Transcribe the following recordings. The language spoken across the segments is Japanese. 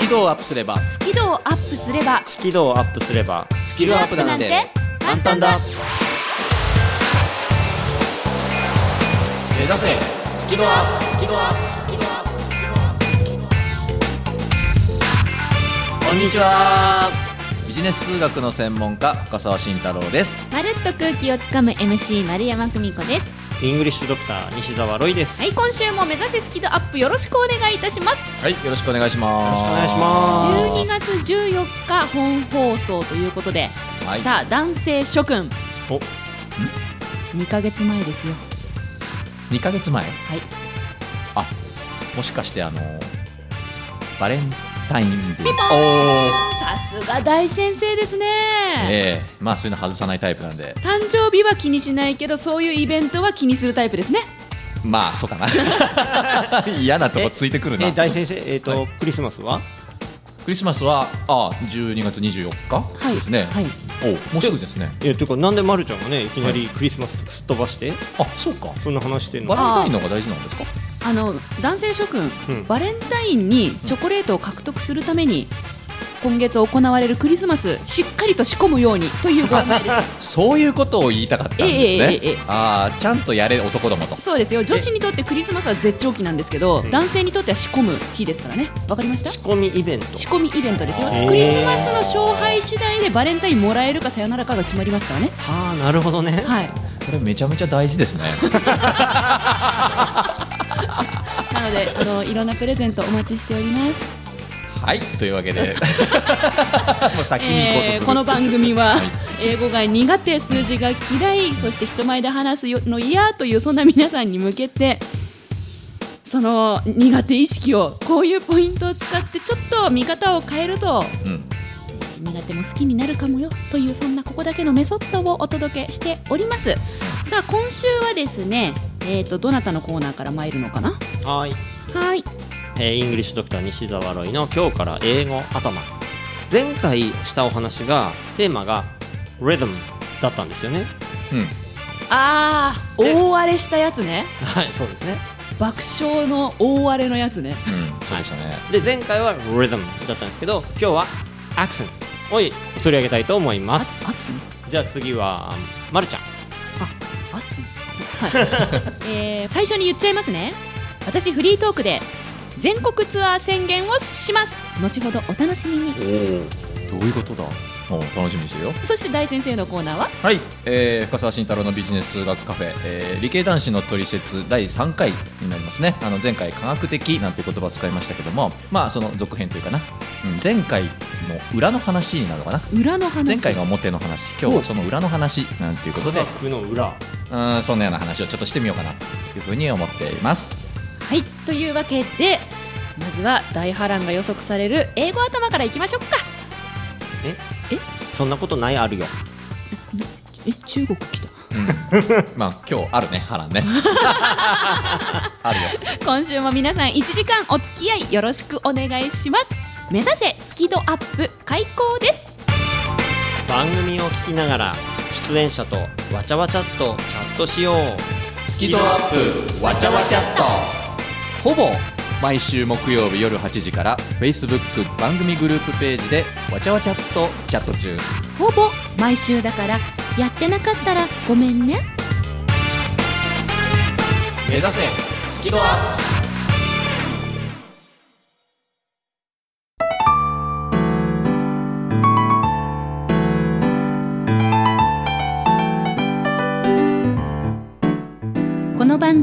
キ度をアップすればスキルをアップすればスキルをアップすればスキルアップなんて簡単だ目指せスキルアップスキルアップスキルアップスキルアップこんにちはビジネス数学の専門家深澤慎太郎ですまるっと空気をつかむ MC 丸山久美子ですイングリッシュドクター西澤ロイです、はいよ今週も目指せスキルアップよろしくお願いいたしますはいよろしくお願いしますろしくお願い12しま月14日本放送ということで、はいさあ男性諸君すお2ヶ月前ですよ2ヶ月前はいあもしかしてあのバレンタインデーさすが大先生ですね、ええまあそういうの外さないタイプなんで誕生日は気にしないけどそういうイベントは気にするタイプですねまあそうかな 嫌なとこついてくるなえ大先生えっ、と、はクリスマスはクリスマスはあ12月24日、はいですね、はいおもうすぐですねえというかなんでまるちゃんがねいきなりクリスマスとすっ飛ばしてあそうかそんな話してんのバレンタインの方が大事なんですかあの男性諸君、うんバレンタインにチョコレートを獲得するために今月行われるクリスマスしっかりと仕込むようにというご案内です そういうことを言いたかったんですね、ええええええああちゃんとやれ男どもとそうですよ女子にとってクリスマスは絶頂期なんですけど、ん男性にとっては仕込む日ですからねわかりました仕込みイベント仕込みイベントですよへークリスマスの勝敗次第でバレンタインもらえるかさよならかが決まりますからねはあなるほどね、 はいこれめちゃめちゃ大事ですねなのであのいろんなプレゼントお待ちしておりま す、はいというわけで もう先に行こうとする、えーこの番組は英語が苦手数字が嫌いそして人前で話すよの嫌というそんな皆さんに向けてその苦手意識をこういうポイントを使ってちょっと見方を変えるとうん苦手も好きになるかもよというそんなここだけのメソッドをお届けしておりますさあ今週はですねえー、とどなたのコーナーから参るのかなはーいはいえーイングリッシュドクター西澤ロイの今日から英語頭前回したお話がテーマが rhythm だったんですよねうんあーえ大荒れしたやつねはいそうですね爆笑の大荒れのやつねうん、そうでしたね。で前回は rhythm だったんですけど今日は accent を取り上げたいと思いまあすあつねじゃあ次はまるちゃん ああつねはい、えー、最初に言っちゃいますね私フリートークで全国ツアー宣言をします後ほどお楽しみにおお、どういうことだ。お楽しみにしてるよ。そして大先生のコーナーははい、えー、深澤慎太郎のビジネス数学カフェ、えー理系男子の取説第3回になりますねあの前回科学的なんて言葉を使いましたけどもまあその続編というかな、うん、前回の裏の話になるのかな裏の話前回が表の話今日はその裏の話なんていうことで学の裏うんそんなような話をちょっとしてみようかなというふうに思っていますはいというわけでまずは大波乱が予測される英語頭からいきましょうかええそんなことないあるよえ中国来た まあ今日あるね波 乱ねあるよ今週も皆さん1時間お付き合いよろしくお願いします目指せスキドアップ開講です番組を聞きながら出演者とわちゃわちゃっとチャットしようスキドアップわちゃわちゃっとほぼ毎週木曜日夜8時から Facebook 番組グループページでわちゃわちゃっとチャット中ほぼ毎週だからやってなかったらごめんね目指せスキドアップこの番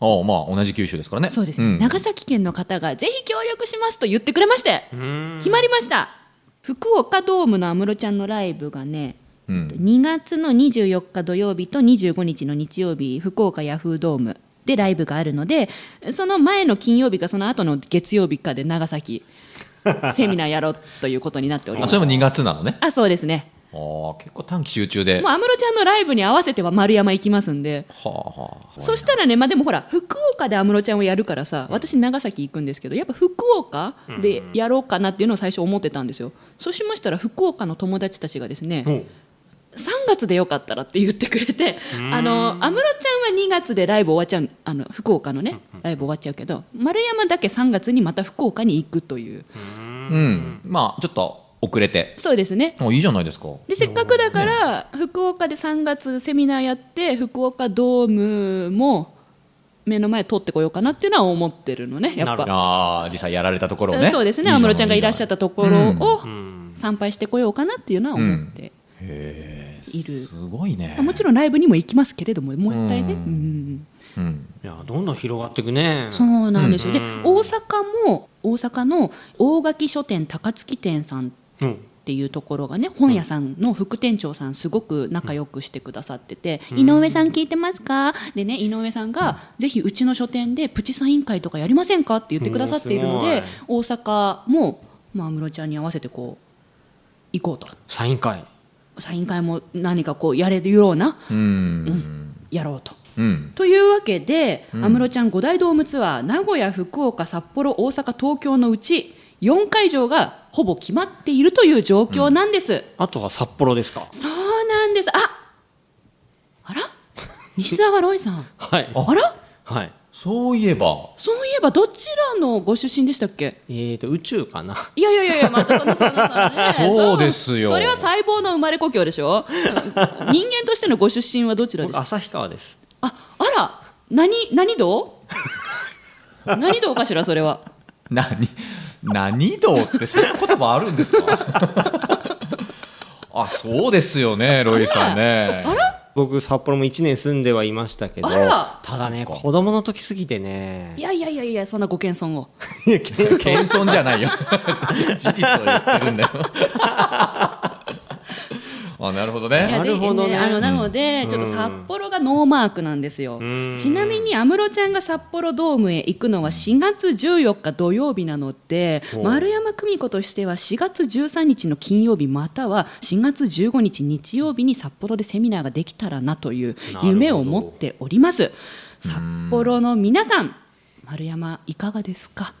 ああまあ同じ九州ですからねそうですね、ん長崎県の方がぜひ協力しますと言ってくれましてうん決まりました福岡ドームの安室ちゃんのライブがねうん2月の24日土曜日と25日の日曜日福岡ヤフードームでライブがあるのでその前の金曜日かその後の月曜日かで長 崎セミナーやろうということになっておりあますそれも2月なのねあそうですねああ結構短期集中でもうは安室ちゃんのライブに合わせては丸山行きますんであはあそしたらね、まあ、でもほら福岡で安室ちゃんをやるからさ私長崎行くんですけどやっぱ福岡でやろうかなっていうのを最初思ってたんですよそうしましたら福岡の友達たちがですね、ほう3月でよかったらって言ってくれてあの安室ちゃんは2月でライブ終わっちゃうあの福岡のねライブ終わっちゃうけど丸山だけ3月にまた福岡に行くといううんまあちょっと遅れてそうですねあいいじゃないですかでせっかくだから福岡で3月セミナーやって福岡ドームも目の前通ってこようかなっていうのは思ってるのねやっなるほぱ。ああ実際やられたところをうんねそうですね安室ちゃんがいらっしゃったところをうん参拝してこようかなっていうのは思って、へえいるすごいねまあもちろんライブにも行きますけれどももう一回ね、うんうんろん、うん、いやどんどん広がっていくねそうなんですよ、でう大ん阪も大阪の大垣書店高槻店さんっうんていうところがね本屋さんの副店長さんすごく仲良くしてくださってて「井上さん聞いてますか?」でね井上さんが「ぜひうちの書店でプチサイン会とかやりませんか?」って言ってくださっているので大阪もまあ安室ちゃんに合わせてこう行こうとサイン会サイン会も何かこうやれるようなうんやろうと。うんというわけで安室、ちゃん5大ドームツアー名古屋福岡札幌大阪東京のうち4会場がほぼ決まっているという状況なんです、あとは札幌ですかそうなんですああら西澤ロイさんはい あらはいそういえばそういえばどちらのご出身でしたっけえーと宇宙かないやいやいやいやまたそのそのそのねそうですよ それは細胞の生まれ故郷でし ょうん人間としてのご出身はどちらで僕すか旭川ですああら何何 道何道かしらそれは何何道ってそんな言葉あるんですか あそうですよねロイさんね僕札幌も1年住んではいましたけどあらただねそっか子供の時すぎてねいやいやいやいや、そんなご謙遜を。い やけん謙遜じゃないよ事実を言ってるんだよ あなるほどいやねなるほどねぜひあのなので、ちょっと札幌がノーマークなんですよ。んちなみに安室ちゃんが札幌ドームへ行くのは4月14日土曜日なので、ほう丸山久美子としては4月13日の金曜日または4月15日日曜日に札幌でセミナーができたらなという夢を持っております。札幌の皆さん、丸山いかがですか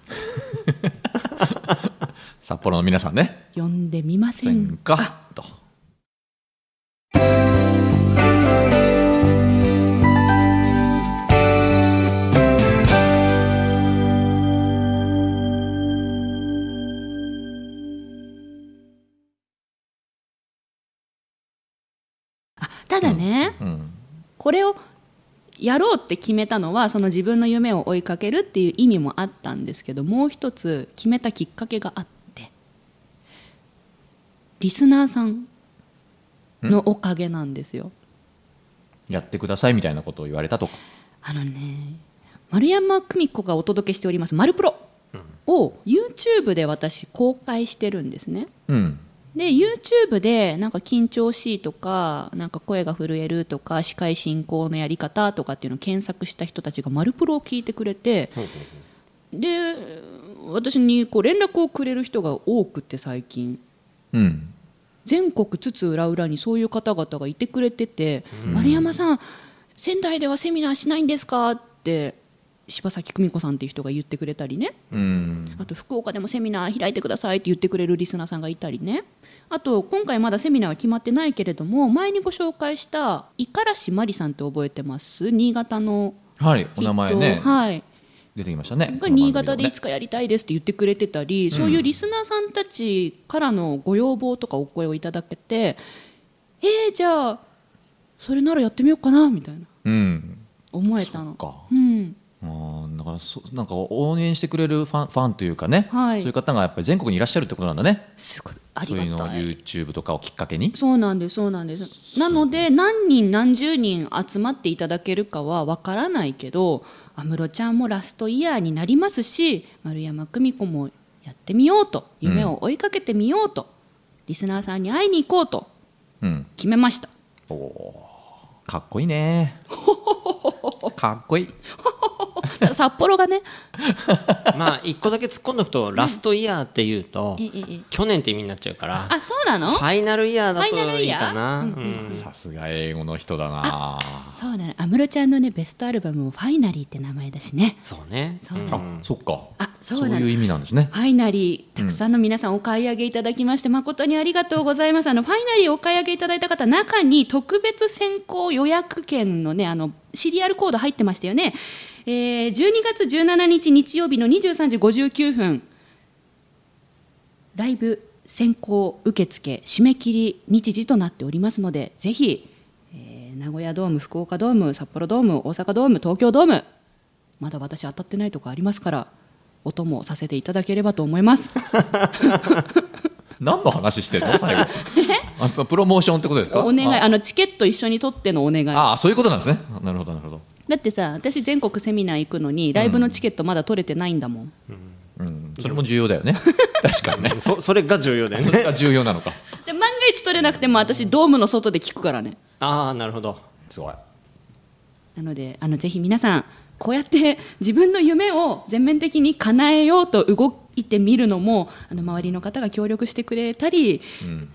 札幌の皆さんね呼んでみませせんんかとただね、うんこれをやろうって決めたのはその自分の夢を追いかけるっていう意味もあったんですけどもう一つ決めたきっかけがあってリスナーさんのおかげなんですよ。やってくださいみたいなことを言われたとかあのね丸山久美子がお届けしております「マルプロ」を YouTube で私公開してるんですね。うんで YouTube でなんか緊張しいとかなんか声が震えるとか司会進行のやり方とかっていうのを検索した人たちが「マルプロ」を聞いてくれてで私にこう連絡をくれる人が多くて最近うん全国津々浦々にそういう方々がいてくれてて「丸山さん仙台ではセミナーしないんですか?」って柴咲久美子さんっていう人が言ってくれたりねうんあと福岡でもセミナー開いてくださいって言ってくれるリスナーさんがいたりねあと今回まだセミナーは決まってないけれども前にご紹介した五十嵐真理さんって覚えてます新潟のはいお名前ね人はい出てきましたねが新潟でいつかかやりたいですって言ってくれてたり、そういうリスナーさんたちからのご要望とかお声をいただけて、えー、じゃあそれならやってみようかなみたいなうん思えたの。かうん、うんだからそなんか応援してくれるファンファンというかね、はいそういう方がやっぱり全国にいらっしゃるってことなんだねすごいあそういうりのがをたい。 YouTube とかをきっかけにそうなんですそうなんですなので何人何十人集まっていただけるかはわからないけど安室ちゃんもラストイヤーになりますし丸山久美子もやってみようと夢を追いかけてみようと、リスナーさんに会いに行こうとうん決めました おおーかっこいいねかっこいいただ札幌がねまあ一個だけ突っ込んどくとラストイヤーっていうとえええ去年って意味になっちゃうからあそうなのファイナルイヤーだファイナとルイいいヤーかなうんさすが英語の人だなそうだね安室ちゃんのねベストアルバムも「ファイナリー」って名前だしねそうねそううんあそっかあそうそなうんだいう意味なんですねファイナリーたくさんの皆さんお買い上げいただきまして、誠にありがとうございますあのファイナリーお買い上げいただいた方中に特別先行予約券のねあのシリアルコード入ってましたよね、えー、12月17日日曜日の23時59分ライブ先行受付締め切り日時となっておりますのでぜひ、えー名古屋ドーム福岡ドーム札幌ドーム大阪ドーム東京ドームまだ私当たってないとこありますからお供をさせていただければと思います何の話 してんの最後あプロモーションってことですかお願いああのチケット一緒に取ってのお願いあそういうことなんですねなるほどなるほどだってさ私全国セミナー行くのにライブのチケットまだ取れてないんだもん、うんそれも重要だ よね確かにねそそれが重要だ よそねれが重要なのかで万が一取れなくても私ドームの外で聞くからね ああなるほどすごいなのであのぜひ皆さんこうやって 自分の夢を全面的に叶えようと動いてみるのもあの周りの方が協力してくれたり、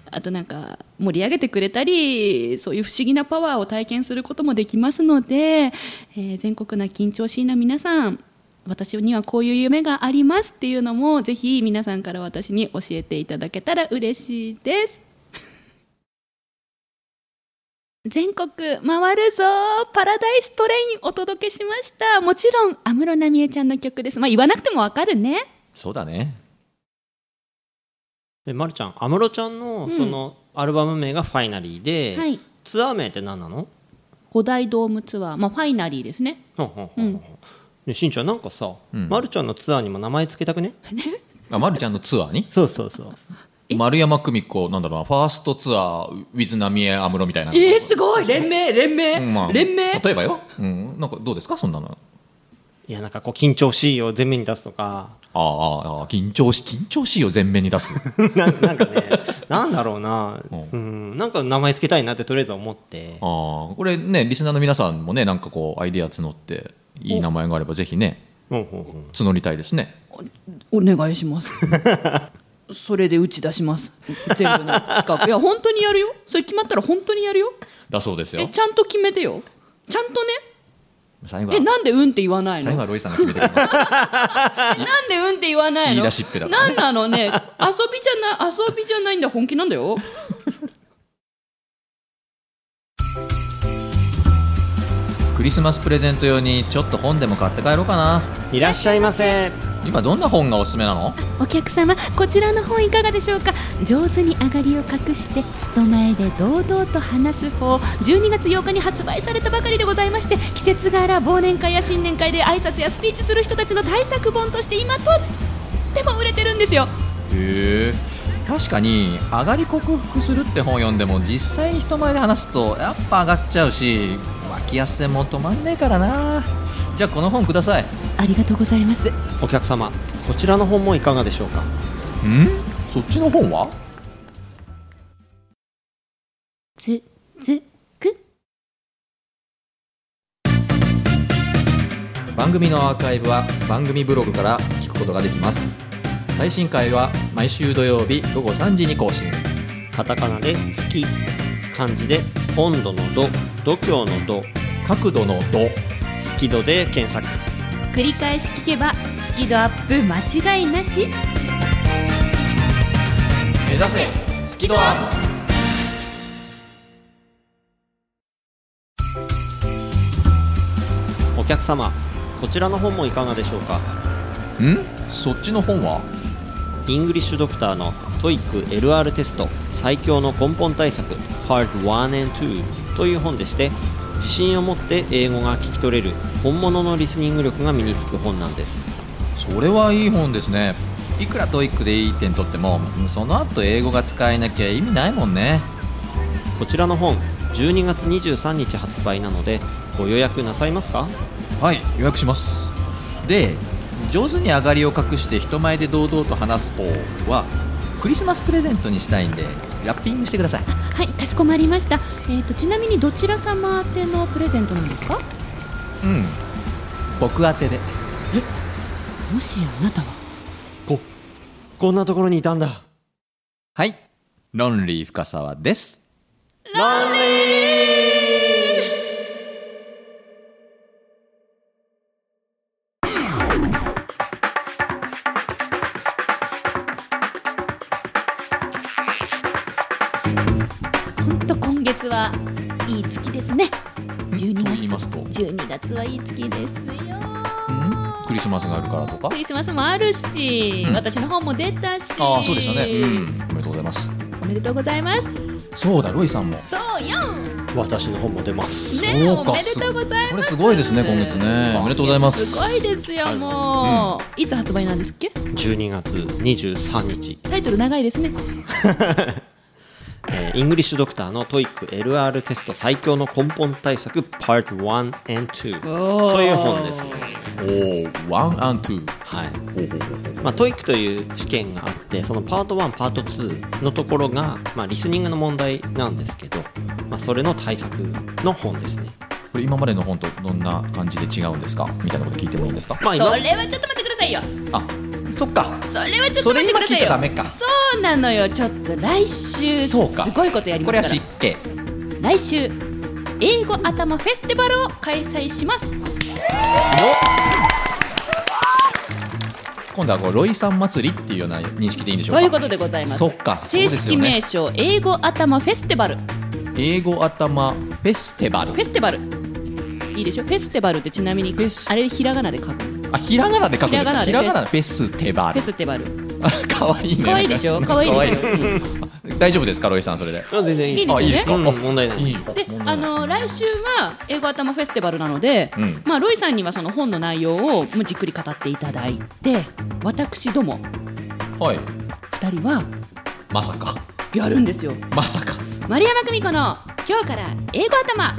あとなんか盛り上げてくれたりそういう不思議なパワーを体験することもできますので、えー全国な緊張しいな皆さん私にはこういう夢がありますっていうのもぜひ皆さんから私に教えていただけたら嬉しいです。全国回るぞパラダイストレインお届けしましたもちろん安室奈美恵ちゃんの曲ですまあ言わなくてもわかるねそうだねでまるちゃん安室ちゃんのそのアルバム名が「ファイナリーで」はいツアー名って何なの五大ドームツアーまあファイナリーですねほんほんほんほんねしんちゃんなんかさ、んまるちゃんのツアーにも名前つけたくねあまるちゃんのツアーにそうそうそう丸山久美子なんだろうなファーストツアー with 浪江安室みたいなえー、すごい連名連名、うんまあ連名例えばよ、うん、なんかどうですかそんなのいやなんかこう緊張しいを前面に出すとか ああああ緊張し緊張しいよ前面に 出すななんかねなんだろうな、ううんんなんか名前つけたいなってとりあえず思ってああこれねリスナーの皆さんもねなんかこうアイデア募っていい名前があればぜひねほんほんほん募りたいですねお願いします それで打ち出します全部の企画いや本当にやるよそれ決まったら本当にやるよだそうですえよちゃんと決めてよちゃんとね最後えはなんでうんって言わないの最後はロイさんが決めてくれますなんでうんって言わないの言い出しっぺだからなねんなの ね遊びじゃない遊びじゃないんだ本気なんだよクリスマスプレゼント用にちょっと本でも買って帰ろうかないらっしゃいませ今どんな本がおすすめなのお客様こちらの本いかがでしょうか上手に上がりを隠して人前で堂々と話す方12月8日に発売されたばかりでございまして季節柄忘年会や新年会で挨拶やスピーチする人たちの対策本として今とっても売れてるんですよへえ確かに「上がり克服する」って本読んでも実際に人前で話すとやっぱ上がっちゃうし脇汗も止まんねえからなじゃあこの本くださいんありがとうございますお客様こちらの本もいかがでしょうかそっちの本はつつく番組のアーカイブは番組ブログから聞くことができます最新回は毎週土曜日午後3時に更新カタカナで「好き」漢字で「温度の度」「度胸の度」角度の「度「好き度」で検索繰り返し聞けばスキドアップ間違いなし」目指せスキドアッお客様こちらの本もいかがでしょうかプんそっちの本はイングリッシュドクターのトイック LR テスト最強の根本対策 Part 1 and 2という本でして自信を持って英語が聞き取れる本物のリスニング力が身につく本なんですそれはいい本ですねいくら TOEIC でいい点取ってもその後英語が使えなきゃ意味ないもんねこちらの本12月23日発売なのでご予約なさいますかはい予約しますで上手に上がりを隠して人前で堂々と話す方はクリスマスプレゼントにしたいんでラッピングしてくださいはいかしこまりました、えー、とちなみにどちら様宛てのプレゼントなんですかうん僕宛てでもしやあなたはここんなところにいたんだはいロンリー深沢ですロンリほんと今月はいい月ですねと12言いますと月12月はいい月ですよクリスマスがあるからとかクリスマスもあるし、うん私の本も出たしああそうでしたねうんおめでとうございますおめでとうございますそうだロイさんもそうよ私の本も出ますねえそうかおめでとうございますこれすごいですね今月ねおめでとうございますすごいですよもう、いつ発売なんですっけ12月23日タイトル長いですねえーイングリッシュドクターの TOEICLR テスト最強の根本対策 Part 1 and 2おーという本ですね、おおワンアントゥはいーまあ、TOEIC という試験があってそのパート1パート2のところが、まあ、リスニングの問題なんですけど、まあ、それの対策の本ですね、これ今までの本とどんな感じで違うんですかみたいなこと聞いてもいいんですかまあ、そ今れはちょっと待ってくださいよあそっかそれはちょっとそ待っれて今くだ聞さいいちゃよダメかそうなのよちょっと来週すそうかごいことやりこまれすはか知っらて来週英語頭フェスティバルを開催します今度はこうロイさん祭りっていうような認識でいいんでしょうかそういうことでございますそっか正式名称、英語頭フェスティバルフ英語頭フェスティバルェスティバルいいでしょフェスティバルってちなみにフェスあれひらがなで書くフあひらがなで書くんですかひひららががなでなフェスティバェル スティバルかわいいね可愛いでしょ可愛いでしょょ大丈夫ですかロイさんそれであ全然いいいいですよねあいいですかうんあ問題ないいいで問あ題ないの来週は英語頭フェスティバルなので、うんまあ、ロイさんにはその本の内容をもうじっくり語っていただいて私どもはい2人はまさかやるんですよまさか丸山久美子の「今日から英語頭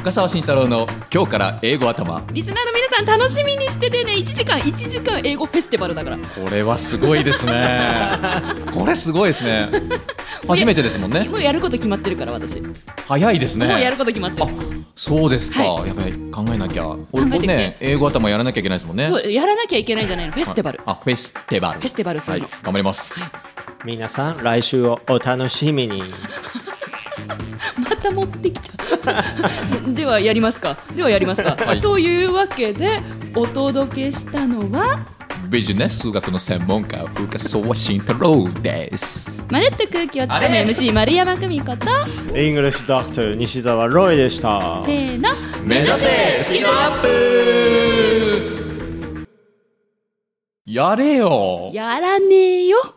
深澤慎太郎の今日から英語頭」リスナーの皆さん楽しみにしててね1時間1時間英語フェスティバルだからこれはすごいですね これすごいです ね初めてですもんねもうやること決まってるから私、早いですねもうやること決まってあるそうですか、はやばい考えなきゃえてきて俺もね英語頭やらなきゃいけないですもんねそうやらなきゃいけないんじゃないのフェフスティバル、あフェスティバルフェスティバルするのはい、頑張ります、皆さん来週をお楽しみにまた持ってきた ではやりますかではやりますか、はいというわけでお届けしたのはビジネス数学の専門家深澤慎太郎ですまるっと空気をつかむあれ MC 丸山久美子とイングリッシュドクター西澤ロイでしたせーの目指せスキルアップやれよやらねえよ